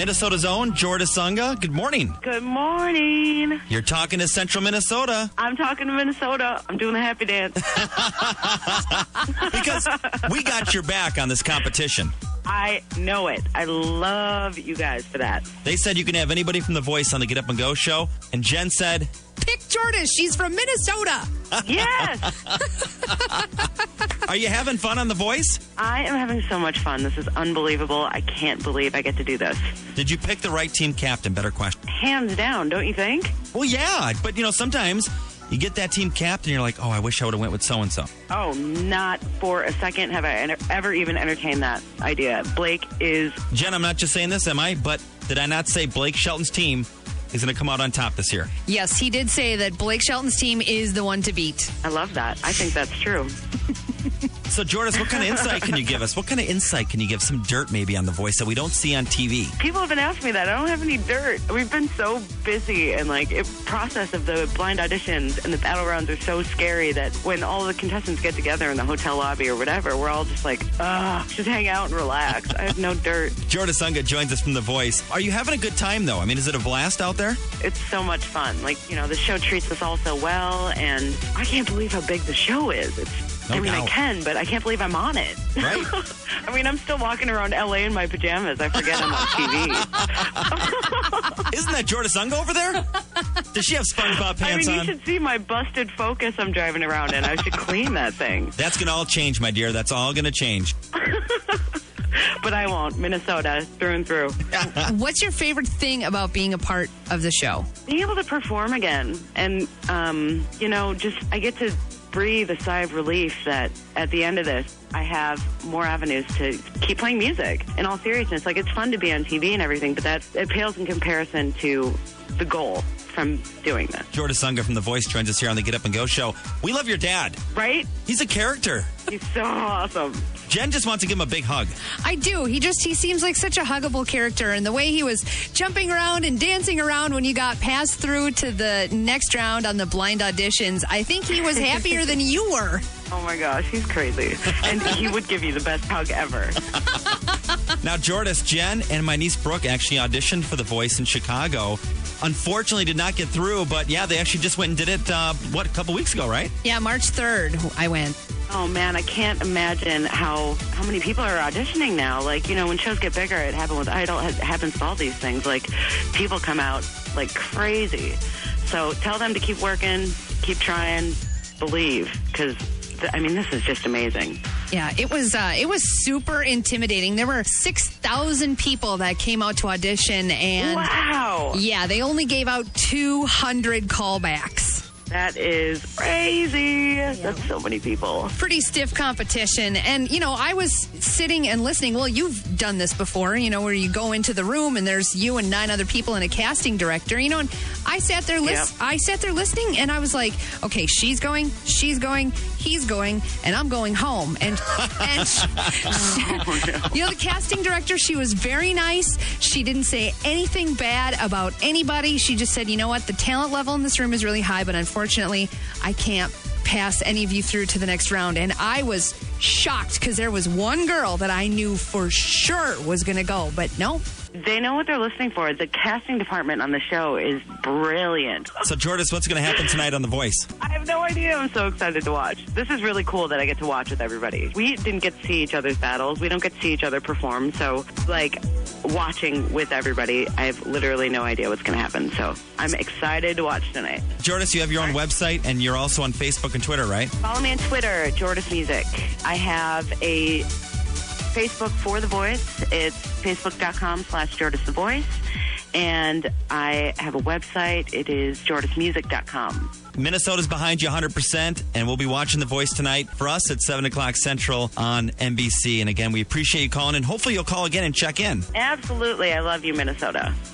Minnesota's own Jorda Sunga. Good morning. Good morning. You're talking to Central Minnesota I'm talking to Minnesota. I'm doing a happy dance. because we got your back on this competition. I know it. I love you guys for that. They said you can have anybody from The Voice on the Get Up and Go show, and Jen said, Pick Jordan. She's from Minnesota. Yes. "Are you having fun on The Voice? I am having so much fun. This is unbelievable. I can't believe I get to do this. Did you pick the right team captain?" Better question. Hands down, don't you think? Well, yeah, but you know sometimes you get that team captain, you're like, "Oh, I wish I would have went with so and so." Oh, not for a second have I en- ever even entertained that idea. Blake is Jen, I'm not just saying this, am I? But did I not say Blake Shelton's team is going to come out on top this year? Yes, he did say that Blake Shelton's team is the one to beat. I love that. I think that's true. So, Jordis, what kind of insight can you give us? What kind of insight can you give? Some dirt maybe on The Voice that we don't see on TV. People have been asking me that. I don't have any dirt. We've been so busy and like it process of the blind auditions and the battle rounds are so scary that when all the contestants get together in the hotel lobby or whatever, we're all just like, ugh, just hang out and relax. I have no dirt. Jorda Sunga joins us from The Voice. Are you having a good time, though? I mean, is it a blast out there? It's so much fun. Like, you know, the show treats us all so well and I can't believe how big the show is. It's No I mean doubt. I can, but I can't believe I'm on it. Right. I mean, I'm still walking around LA in my pajamas. I forget I'm on TV. Isn't that Jorda Sunga over there? Does she have SpongeBob I pants mean, you on? should see my busted Focus I'm driving around in. I should clean that thing, That's going to all change, my dear. That's all going to change. but I won't. Minnesota through and through. What's your favorite thing about being a part of the show? Being able to perform again, and um, you know, just I get to breathe a sigh of relief that at the end of this, I have more avenues to keep playing music. In all seriousness, like it's fun to be on TV and everything, but that it pales in comparison to the goal from doing this, Jorda Sunga from The Voice joins us here on the Get Up and Go show. We love your dad. right? He's a character. He's so awesome. Jen just wants to give him a big hug. I do. He just he seems like such a huggable character and the way he was jumping around and dancing around when you got passed through to the next round on the blind auditions. I think he was happier than you were. Oh my gosh, he's crazy, and he would give you the best hug ever. Now, Jordis, Jen, and my niece Brooke actually auditioned for The Voice in Chicago. Unfortunately, did not get through, but yeah, they actually just went and did it, uh, what, a couple weeks ago, right? Yeah, March 3rd I went. Oh man, I can't imagine how how many people are auditioning now. Like you know, when shows get bigger, it happened with Idol. It happens with all these things. Like people come out like crazy. So tell them to keep working, keep trying, believe. Because I mean, this is just amazing. Yeah, it was uh, it was super intimidating. There were 6,000 people that came out to audition and wow, yeah, they only gave out 200 callbacks. that is crazy. That's so many people. pretty stiff competition. And, you know, I was sitting and listening. Well, you've done this before, you know, where you go into the room and there's you and nine other people and a casting director, you know, and I sat there lis- Yep. I sat there listening and I was like, okay, she's going, she's going, he's going, and I'm going home. And, and sh- you know, the casting director, she was very nice. She didn't say anything bad about anybody. She just said, you know what, the talent level in this room is really high, but unfortunately, I can't pass any of you through to the next round. And I was shocked because there was one girl that I knew for sure was going to go, but no. They know what they're listening for. The casting department on the show is brilliant. So, Jordis, what's going to happen tonight on The Voice? I have no idea. I'm so excited to watch. This is really cool that I get to watch with everybody. We didn't get to see each other's battles. We don't get to see each other perform. So, like, watching with everybody, I have literally no idea what's going to happen. So, I'm excited to watch tonight. Jordis, you have your own website and you're also on Facebook and Twitter, right? Follow me on Twitter, Jordis Music. I have a Facebook for The Voice. It's facebook.com slash Jordis The Voice. And I have a website. It is jordismusic.com. Minnesota's behind you 100%, and we'll be watching The Voice tonight for us at 7 o'clock Central on NBC. And again, we appreciate you calling, and hopefully you'll call again and check in. Absolutely. I love you, Minnesota.